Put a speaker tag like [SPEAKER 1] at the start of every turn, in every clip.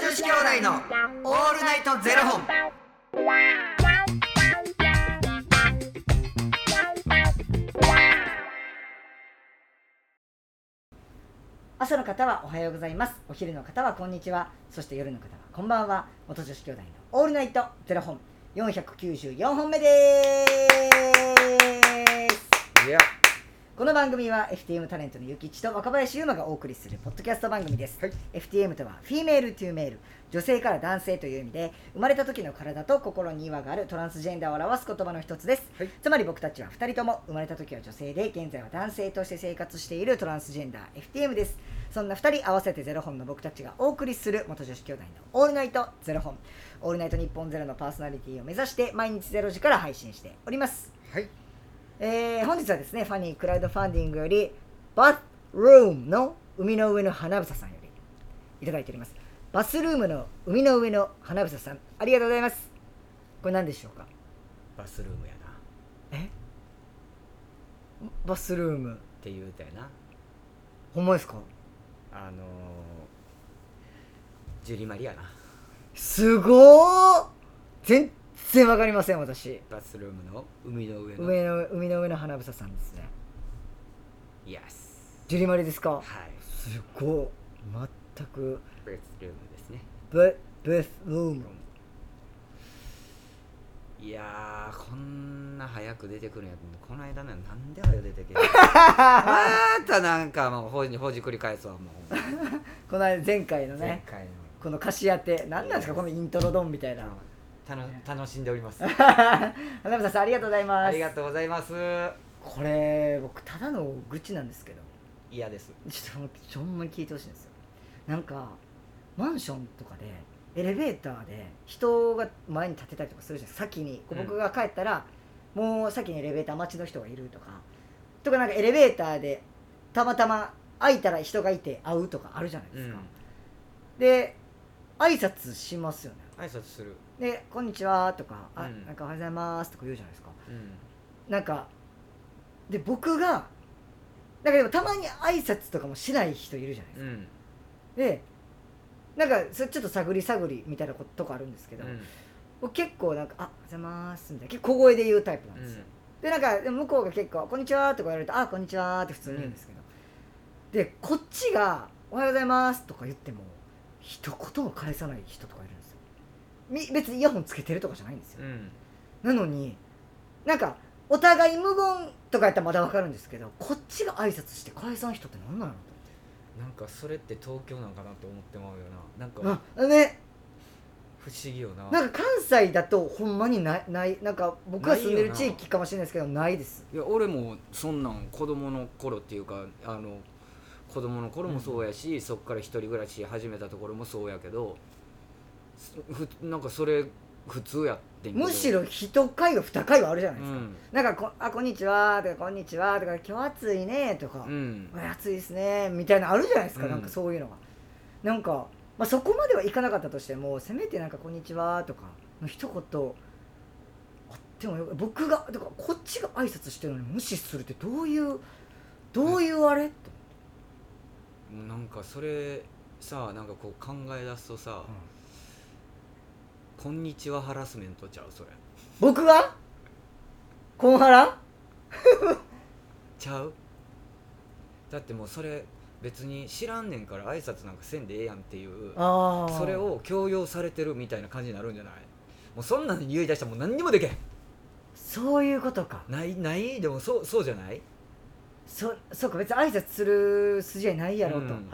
[SPEAKER 1] 子兄弟のオールナイトゼロ本。
[SPEAKER 2] 朝の方はおはようございますお昼の方はこんにちはそして夜の方はこんばんは元女子兄弟のオールナイトゼロ本494本目です
[SPEAKER 3] いや、
[SPEAKER 2] この番組は FTM タレントのゆきちと若林優馬がお送りするポッドキャスト番組です、
[SPEAKER 3] はい
[SPEAKER 2] FTM とはフィメールトゥーメール女性から男性という意味で生まれた時の体と心に違和があるトランスジェンダーを表す言葉の一つです、
[SPEAKER 3] はい
[SPEAKER 2] つまり僕たちは2人とも生まれた時は女性で現在は男性として生活しているトランスジェンダー FTM ですそんな2人合わせてゼロ本の僕たちがお送りする元女子兄弟の「オールナイトゼロ本」「オールナイト日本ゼロのパーソナリティを目指して毎日ゼロ時から配信しております
[SPEAKER 3] はい、
[SPEAKER 2] えー本日はですねファニークラウドファンディングよりバスルームの海の上の花房さんよりいただいておりますバスルームの海の上の花房さんありがとうございますこれ何でしょうか
[SPEAKER 3] バスルームやなっ
[SPEAKER 2] えバスルーム
[SPEAKER 3] て言うたよな
[SPEAKER 2] ほんまですか
[SPEAKER 3] あのー、ジュリマリやな
[SPEAKER 2] すごー全然わかりません私
[SPEAKER 3] バスルームの海の上の
[SPEAKER 2] 上の海の上の花房さんですね
[SPEAKER 3] イエス
[SPEAKER 2] ジュリマリですか
[SPEAKER 3] はい
[SPEAKER 2] すごい全く
[SPEAKER 3] バスルームですね
[SPEAKER 2] ブブスルーム
[SPEAKER 3] いやーこんな早く出てくるんやと思ってこの間のなんで早く出てけえへんまたなんかもうほじほじくり返すわもうほんま
[SPEAKER 2] この間前回のね
[SPEAKER 3] 前回の
[SPEAKER 2] この歌詞当て何なんですかこのイントロドンみたいな
[SPEAKER 3] 楽楽しんでおります
[SPEAKER 2] 花房さんありがとうございます
[SPEAKER 3] ありがとうございます
[SPEAKER 2] これ僕ただの愚痴なんですけど
[SPEAKER 3] 嫌です
[SPEAKER 2] ちょっと待ってちょほんまに聞いてほしいんですよなんかマンションとかでエレベーターで人が前に立てたりとかするじゃないですか先にこう
[SPEAKER 3] うん
[SPEAKER 2] 僕が帰ったら、もう先にエレベーター待ちの人がいるとかとかなんかエレベーターでたまたま空いたら人がいて会うとかあるじゃないですか、で挨拶しますよね
[SPEAKER 3] 挨拶する
[SPEAKER 2] で「こんにちは」とか「あ、
[SPEAKER 3] うん
[SPEAKER 2] なんかおはようございます」とか言うじゃないですか
[SPEAKER 3] うん
[SPEAKER 2] なんかで僕がなんかでもたまに挨拶とかもしない人いるじゃないです
[SPEAKER 3] う
[SPEAKER 2] か、
[SPEAKER 3] ん
[SPEAKER 2] でなんかそれちょっと探り探りみたいなこととかあるんですけど、僕結構なんか「あおはようございます」みたいな結構小声で言うタイプなんですよ、でなんかでも向こうが結構「こんにちは」とか言われると「あこんにちは」って普通に言うんですけど、でこっちが「おはようございます」とか言っても一言も返さない人とかいるんですよみ別にイヤホンつけてるとかじゃないんですよ、
[SPEAKER 3] うん
[SPEAKER 2] なのになんかお互い無言とかやったらまだわかるんですけどこっちが挨拶して解散人って何なの
[SPEAKER 3] なんかそれって東京なんかなって思ってまうよななんか
[SPEAKER 2] とあね
[SPEAKER 3] 不思議よな
[SPEAKER 2] なんか関西だとほんまにないないなんか僕が住んでる地域かもしれないですけどないです
[SPEAKER 4] いや俺もそんなん子供の頃っていうかあの子供の頃もそうやし、そっから一人暮らし始めたところもそうやけどすふなんかそれ普通やってんけど
[SPEAKER 2] むしろ一回が二回はあるじゃな
[SPEAKER 4] う
[SPEAKER 2] いですか、
[SPEAKER 4] ん
[SPEAKER 2] なんかこ「あこんにちは」とか「こんにちは」とか「今日暑いね」とか「
[SPEAKER 4] うん
[SPEAKER 2] おい暑いですね」みたいなのあるじゃないですか、
[SPEAKER 4] うん
[SPEAKER 2] なんかそういうのがなんか、まあ、そこまではいかなかったとしてもせめてなんか「こんにちは」とかの一言あってもよ僕がだからこっちが挨拶してるのに無視するってどういうどういうあれ、と
[SPEAKER 4] なんかそれさなんかこう考え出すとさ「こんにちはハラスメント」ちゃうそれ
[SPEAKER 2] 僕がコンハラ
[SPEAKER 4] ちゃうだってもうそれ別に知らんねんから挨拶なんかせんでええやんっていう
[SPEAKER 2] あー
[SPEAKER 4] それを強要されてるみたいな感じになるんじゃないもうそんなん言い出したらもう何にもできへん
[SPEAKER 2] そういうことか
[SPEAKER 4] ないないでもそうそうじゃない
[SPEAKER 2] そそうか別に挨拶する筋合いないやろうと、
[SPEAKER 4] うん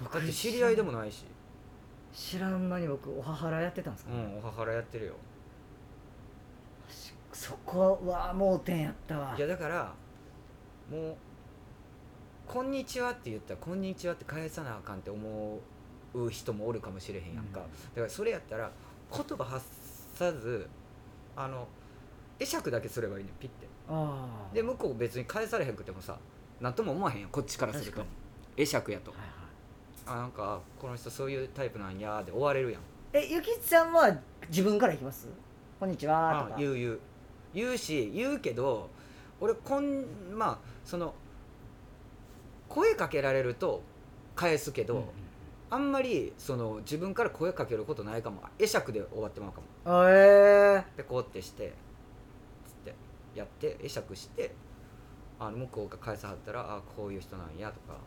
[SPEAKER 2] 僕
[SPEAKER 4] だって知り合いでもないし、
[SPEAKER 2] 知らん間に僕おははらやってたんですか
[SPEAKER 4] う
[SPEAKER 2] ね、
[SPEAKER 4] ん、お母らやってるよ
[SPEAKER 2] しそこは盲点やったわ
[SPEAKER 4] いやだからもう「こんにちは」って言ったら「こんにちは」って返さなあかんって思う人もおるかもしれへんやんか、
[SPEAKER 2] うん
[SPEAKER 4] だからそれやったら言葉発さずあの会釈だけすればいいねんピッて
[SPEAKER 2] あー
[SPEAKER 4] で向こう別に返されへんくてもさ何とも思わへんやんこっちからする
[SPEAKER 2] 確
[SPEAKER 4] と
[SPEAKER 2] か
[SPEAKER 4] 会釈やと
[SPEAKER 2] はいはい
[SPEAKER 4] あなんかこの人そういうタイプなんやで終われるやん
[SPEAKER 2] えゆきちさんは自分から行きますこんにちは
[SPEAKER 4] あ
[SPEAKER 2] とか
[SPEAKER 4] 言う言う言うし言うけど俺こんまあその声かけられると返すけど、
[SPEAKER 2] うんうん
[SPEAKER 4] あんまりその自分から声かけることないかも会釈で終わってまうかも
[SPEAKER 2] あえ
[SPEAKER 4] でこうってしてつってやって会釈してあの向こうが返さはったらあこういう人なんやとか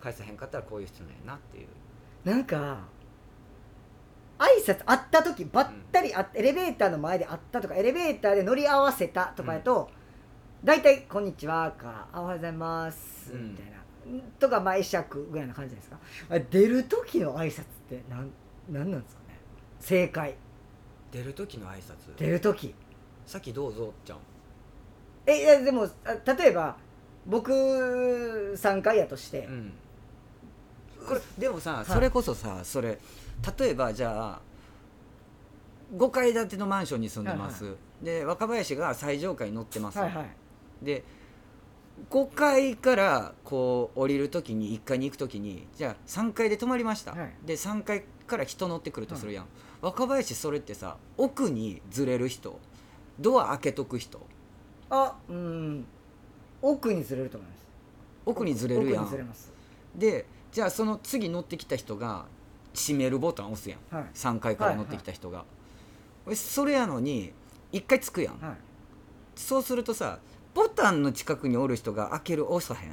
[SPEAKER 4] 返さへんかったらこういう人なんやなっていう
[SPEAKER 2] ー、なんか挨拶会った時ばったりあエレベーターの前で会ったとかエレベーターで乗り合わせたとかやと、大体「こんにちは」から「あおはようございます」
[SPEAKER 4] うん
[SPEAKER 2] みたいな、とかまあ会釈ぐらいな感じじゃないですかあ出る時の挨拶ってなんなんなんですかね正解
[SPEAKER 4] 出る時の挨拶
[SPEAKER 2] 出る時
[SPEAKER 4] さっきどうぞちゃん
[SPEAKER 2] えいやでもあ例えば僕3回やとして、
[SPEAKER 4] うんこれでもさ、
[SPEAKER 2] い
[SPEAKER 4] それこそさそれ例えばじゃあ5階建てのマンションに住んでます、で若林が最上階に乗ってます、
[SPEAKER 2] はいはい
[SPEAKER 4] で5階からこう降りるときに1階に行くときにじゃあ3階で止まりました、
[SPEAKER 2] はい
[SPEAKER 4] で3階から人乗ってくるとするやん、若林それってさ奥にずれる人ドア開けとく人
[SPEAKER 2] あうん奥にずれると思います
[SPEAKER 4] 奥にずれるや
[SPEAKER 2] 奥にずれ
[SPEAKER 4] ん
[SPEAKER 2] ます
[SPEAKER 4] でじゃあその次乗ってきた人が閉めるボタン押すやん
[SPEAKER 2] はい
[SPEAKER 4] 3階から乗ってきた人が、俺それやのに1回つくやん、
[SPEAKER 2] はい
[SPEAKER 4] そうするとさボタンの近くにおる人が開ける押さへん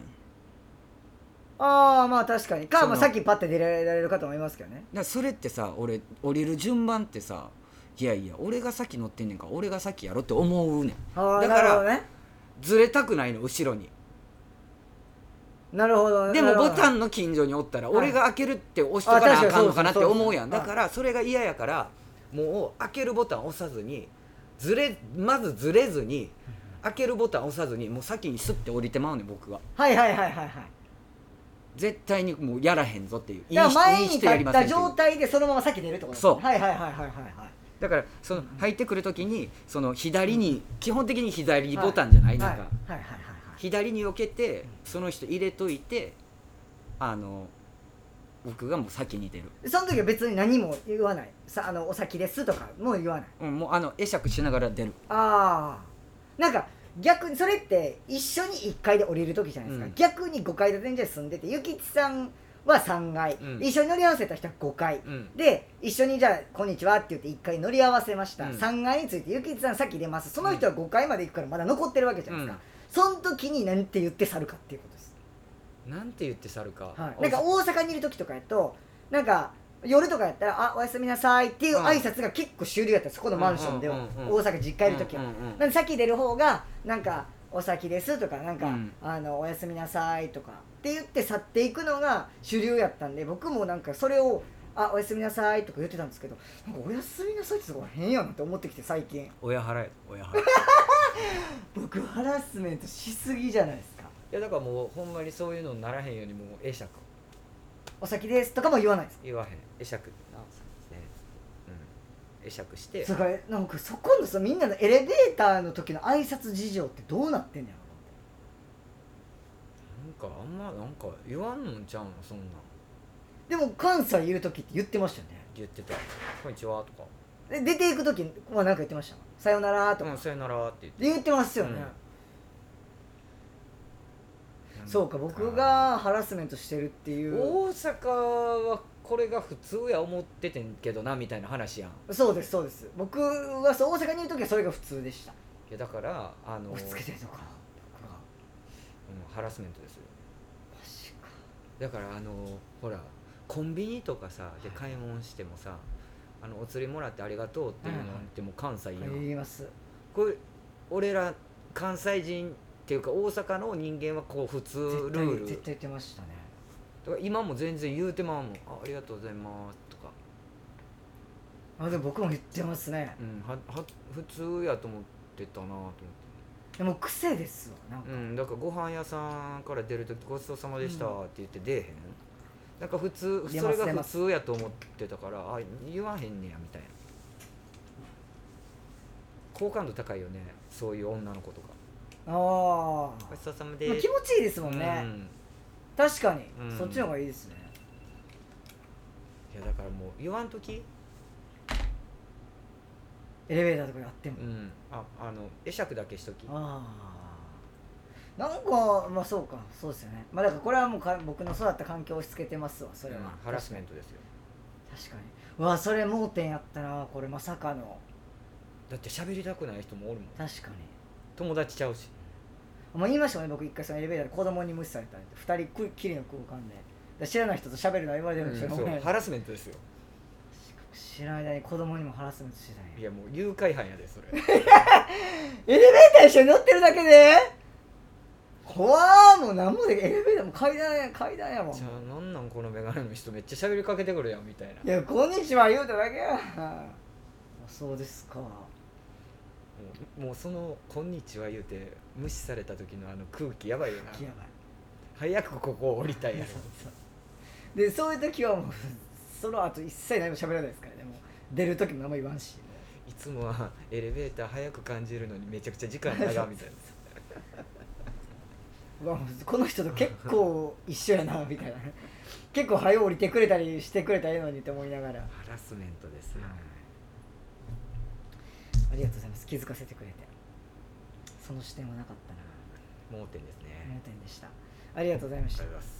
[SPEAKER 2] ああまあ確かにか、
[SPEAKER 4] その
[SPEAKER 2] まあ、さっきパッて出られる方もいますけどね
[SPEAKER 4] だからそれってさ俺降りる順番ってさいやいや俺が先乗ってんねんから俺が先やろって思うねん
[SPEAKER 2] ああ
[SPEAKER 4] だ
[SPEAKER 2] な
[SPEAKER 4] から
[SPEAKER 2] るほどね
[SPEAKER 4] ずれたくないの後ろに
[SPEAKER 2] なるほどね
[SPEAKER 4] でもボタ
[SPEAKER 2] ン
[SPEAKER 4] ンの近所におったら
[SPEAKER 2] はい
[SPEAKER 4] 俺が開けるって押しとかなあかんのかなって思うや
[SPEAKER 2] あ確かにそうそうそ
[SPEAKER 4] ん
[SPEAKER 2] う
[SPEAKER 4] だからそれが嫌やからもう開けるボタン押さずにずれまずずれずに開けるボタン押さずにもう先にスッて降りてまうねん僕は
[SPEAKER 2] はいはいはいはいはい
[SPEAKER 4] 絶対にもうやらへんぞっていういい
[SPEAKER 2] だから
[SPEAKER 4] 人
[SPEAKER 2] 前
[SPEAKER 4] いい
[SPEAKER 2] に立
[SPEAKER 4] 人やり
[SPEAKER 2] っ
[SPEAKER 4] ません
[SPEAKER 2] た
[SPEAKER 4] っていう
[SPEAKER 2] 状態でそのままさっき出るってことです
[SPEAKER 4] そう
[SPEAKER 2] はいはいはいはいはいはい
[SPEAKER 4] だからその入ってくるときにその左に基本的に左ボタンじゃないなんか
[SPEAKER 2] はいはいはいはい
[SPEAKER 4] 左に避けてその人入れといてあの僕がもう先に出る、
[SPEAKER 2] はいその時は別に何も言わないさあのお先ですとかもう言わない
[SPEAKER 4] うん、もうあの会釈しながら出る
[SPEAKER 2] ああなんか逆にそれって一緒に1階で降りる時じゃないですか、
[SPEAKER 4] うん
[SPEAKER 2] 逆に5階建てに住んでてゆきちさんは3階、
[SPEAKER 4] うん
[SPEAKER 2] 一緒に乗り合わせた人は5階、
[SPEAKER 4] うん
[SPEAKER 2] で一緒にじゃあ「こんにちは」って言って1階乗り合わせました、
[SPEAKER 4] うん
[SPEAKER 2] 3階についてゆきちさん先出ますその人は5階まで行くからまだ残ってるわけじゃないですか、その時に何て言って去るかっていうことです、
[SPEAKER 4] なんて言って去るか、
[SPEAKER 2] はい、なんか大阪にいる時とかやとなんか夜とかやったら「あおやすみなさい」っていう挨拶が結構主流やったんですそこのマンションでは、
[SPEAKER 4] うんうんうんうん
[SPEAKER 2] 大阪実家いる時は、
[SPEAKER 4] うんうんうん
[SPEAKER 2] なんで先出る方がなんか「お先です」とか「なんか、
[SPEAKER 4] うん
[SPEAKER 2] あのおやすみなさい」とかって言って去っていくのが主流やったんで僕もなんかそれを「あおやすみなさい」とか言ってたんですけどなんか「おやすみなさい」ってすごい変やなって思ってきて最近
[SPEAKER 4] 親払え親 払えい
[SPEAKER 2] 僕ハラスメントしすぎじゃないですか
[SPEAKER 4] やだからもうほんまにそういうのにならへんようにもう会釈
[SPEAKER 2] 「お先です」とかも言わないです
[SPEAKER 4] 言わへん会釈なねうん会釈して
[SPEAKER 2] それなんかそこのさみんなのエレベーターの時の挨拶事情ってどうなってんのやろ
[SPEAKER 4] なんかあんまなんか言わんのんちゃうのそんなん
[SPEAKER 2] でも関西いる時って言ってましたよ
[SPEAKER 4] 言ってた「こんにちは」とか
[SPEAKER 2] ねで出ていく時は何か言ってました「さよなら」
[SPEAKER 4] 「
[SPEAKER 2] とか、
[SPEAKER 4] うんさよなら」って言って
[SPEAKER 2] で言ってますよね、そうか僕がハラスメントしてるっていう
[SPEAKER 4] 大阪はこれが普通や思っててんけどなみたいな話やんい
[SPEAKER 2] そうですそうです僕はそう大阪にいる時はそれが普通でした
[SPEAKER 4] やだからあの
[SPEAKER 2] 押し付けてるのかな僕が
[SPEAKER 4] うんハラスメントですよ
[SPEAKER 2] マジか
[SPEAKER 4] だからあのほらコンビニとかさで買い物してもさあのお釣りもらってありがとうっていうのってもう関西やん、
[SPEAKER 2] 言います
[SPEAKER 4] これ俺ら関西人っていうか大阪の人間はこう普通
[SPEAKER 2] 絶対
[SPEAKER 4] ルール
[SPEAKER 2] 絶対言ってましたね
[SPEAKER 4] だから今も全然言うてまうもんあありがとうございますとか、
[SPEAKER 2] あでも僕も言ってますね
[SPEAKER 4] うん、はは普通やと思ってたなと思って
[SPEAKER 2] でも癖ですわなんか、
[SPEAKER 4] うんだからご飯屋さんから出る時ごちそうさまでしたって言って出えへん、なんか普通
[SPEAKER 2] 出
[SPEAKER 4] そ
[SPEAKER 2] ま
[SPEAKER 4] れ
[SPEAKER 2] す
[SPEAKER 4] が
[SPEAKER 2] 出
[SPEAKER 4] 普
[SPEAKER 2] ます
[SPEAKER 4] 通やと思ってたからあ言わへんねやみたいな好感度高いよねそういう女の子とか
[SPEAKER 2] ああ
[SPEAKER 4] ごちそうさまで
[SPEAKER 2] まあ気持ちいいですもんね、
[SPEAKER 4] うん
[SPEAKER 2] 確かに、
[SPEAKER 4] うん
[SPEAKER 2] そっちの方がいいですね
[SPEAKER 4] いやだからもう言わん時
[SPEAKER 2] エレベーターとかやっても、
[SPEAKER 4] うんああの会釈だけしとき
[SPEAKER 2] ああなんかまあそうかそうですよねまあだからこれはもうか僕の育った環境を押し付けてますわそれは、
[SPEAKER 4] うんハラスメントですよ
[SPEAKER 2] 確かにうわそれ盲点やったなこれまさかの
[SPEAKER 4] だって喋りたくない人もおるもん
[SPEAKER 2] 確かに
[SPEAKER 4] 友達ちゃうし
[SPEAKER 2] もう言いましたもんね僕一回そのエレベーターで子供に無視されたって2人くっきりの空間でだから知らない人と喋るのは言われてるんですよ、
[SPEAKER 4] うんそう
[SPEAKER 2] ね
[SPEAKER 4] ハラスメントですよ
[SPEAKER 2] 知らない間に子供にもハラスメントしてたん
[SPEAKER 4] い
[SPEAKER 2] や
[SPEAKER 4] やもう誘拐犯やでそれ
[SPEAKER 2] エ レベーター一緒に乗ってるだけで怖ーもう何もできエレベーターも階段や階段やもん
[SPEAKER 4] じゃあなんなんこの眼鏡の人めっちゃ喋りかけてくるやんみたいない
[SPEAKER 2] や「こんにちは」言うただけやあそうですか
[SPEAKER 4] もうもうその「こんにちは」言うて無視された時のあの空気やばいよな
[SPEAKER 2] 気やばい
[SPEAKER 4] 早くここを降りたいやろ
[SPEAKER 2] でそういう時はもうその後一切何も喋らないですからねもう出る時も何も言わんし
[SPEAKER 4] いつもはエレベーター早く感じるのにめちゃくちゃ時間長みたいな
[SPEAKER 2] うわもうこの人と結構一緒やなみたいな結構早う降りてくれたりしてくれたらええのにって思いながらあ
[SPEAKER 4] ハラスメントですよ
[SPEAKER 2] りがとうございます気づかせてくれてその視点はなかったな
[SPEAKER 4] 盲点ですね
[SPEAKER 2] 盲点でしたありがとうございまし
[SPEAKER 4] あ
[SPEAKER 2] た
[SPEAKER 4] りがとうございます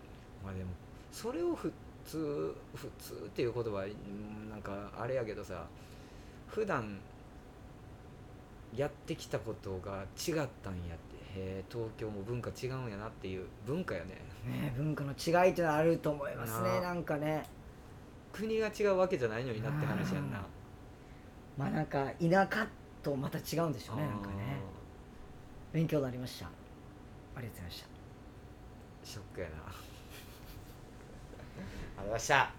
[SPEAKER 4] まあでもそれを普通普通っていう言葉うんなんかあれやけどさ普段やってきたことが違ったんやってへえ東京も文化違うんやなっていう文化やね
[SPEAKER 2] ねえ文化の違いというのはあると思います
[SPEAKER 4] な
[SPEAKER 2] ね
[SPEAKER 4] あ
[SPEAKER 2] なんかね
[SPEAKER 4] 国が違うわけじゃないのになって話やんな
[SPEAKER 2] あまあなんか田舎とまた違うんでしょうねなんかね勉強になりましたありがとうございました
[SPEAKER 4] あーショックやな ありがとうございました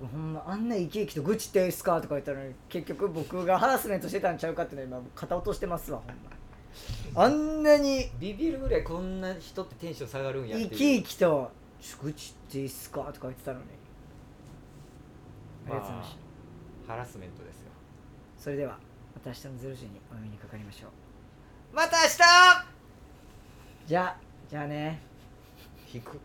[SPEAKER 2] 僕ほんまあんな生き生きと愚痴っていいっすかとか言ったのに結局僕がハラスメントしてたんちゃうかっていうのは今肩落としてますわほんまあんなに
[SPEAKER 4] ビビるぐらいこんな人ってテンション下がるんやってい
[SPEAKER 2] 生
[SPEAKER 4] う
[SPEAKER 2] き生きと愚痴っていいっすかとか言ってたのにありがとうございました、
[SPEAKER 4] ハラスメントですよ
[SPEAKER 2] それではまた明日の0時にお目にかかりましょう
[SPEAKER 4] また明日
[SPEAKER 2] じゃあじゃあね
[SPEAKER 4] 引く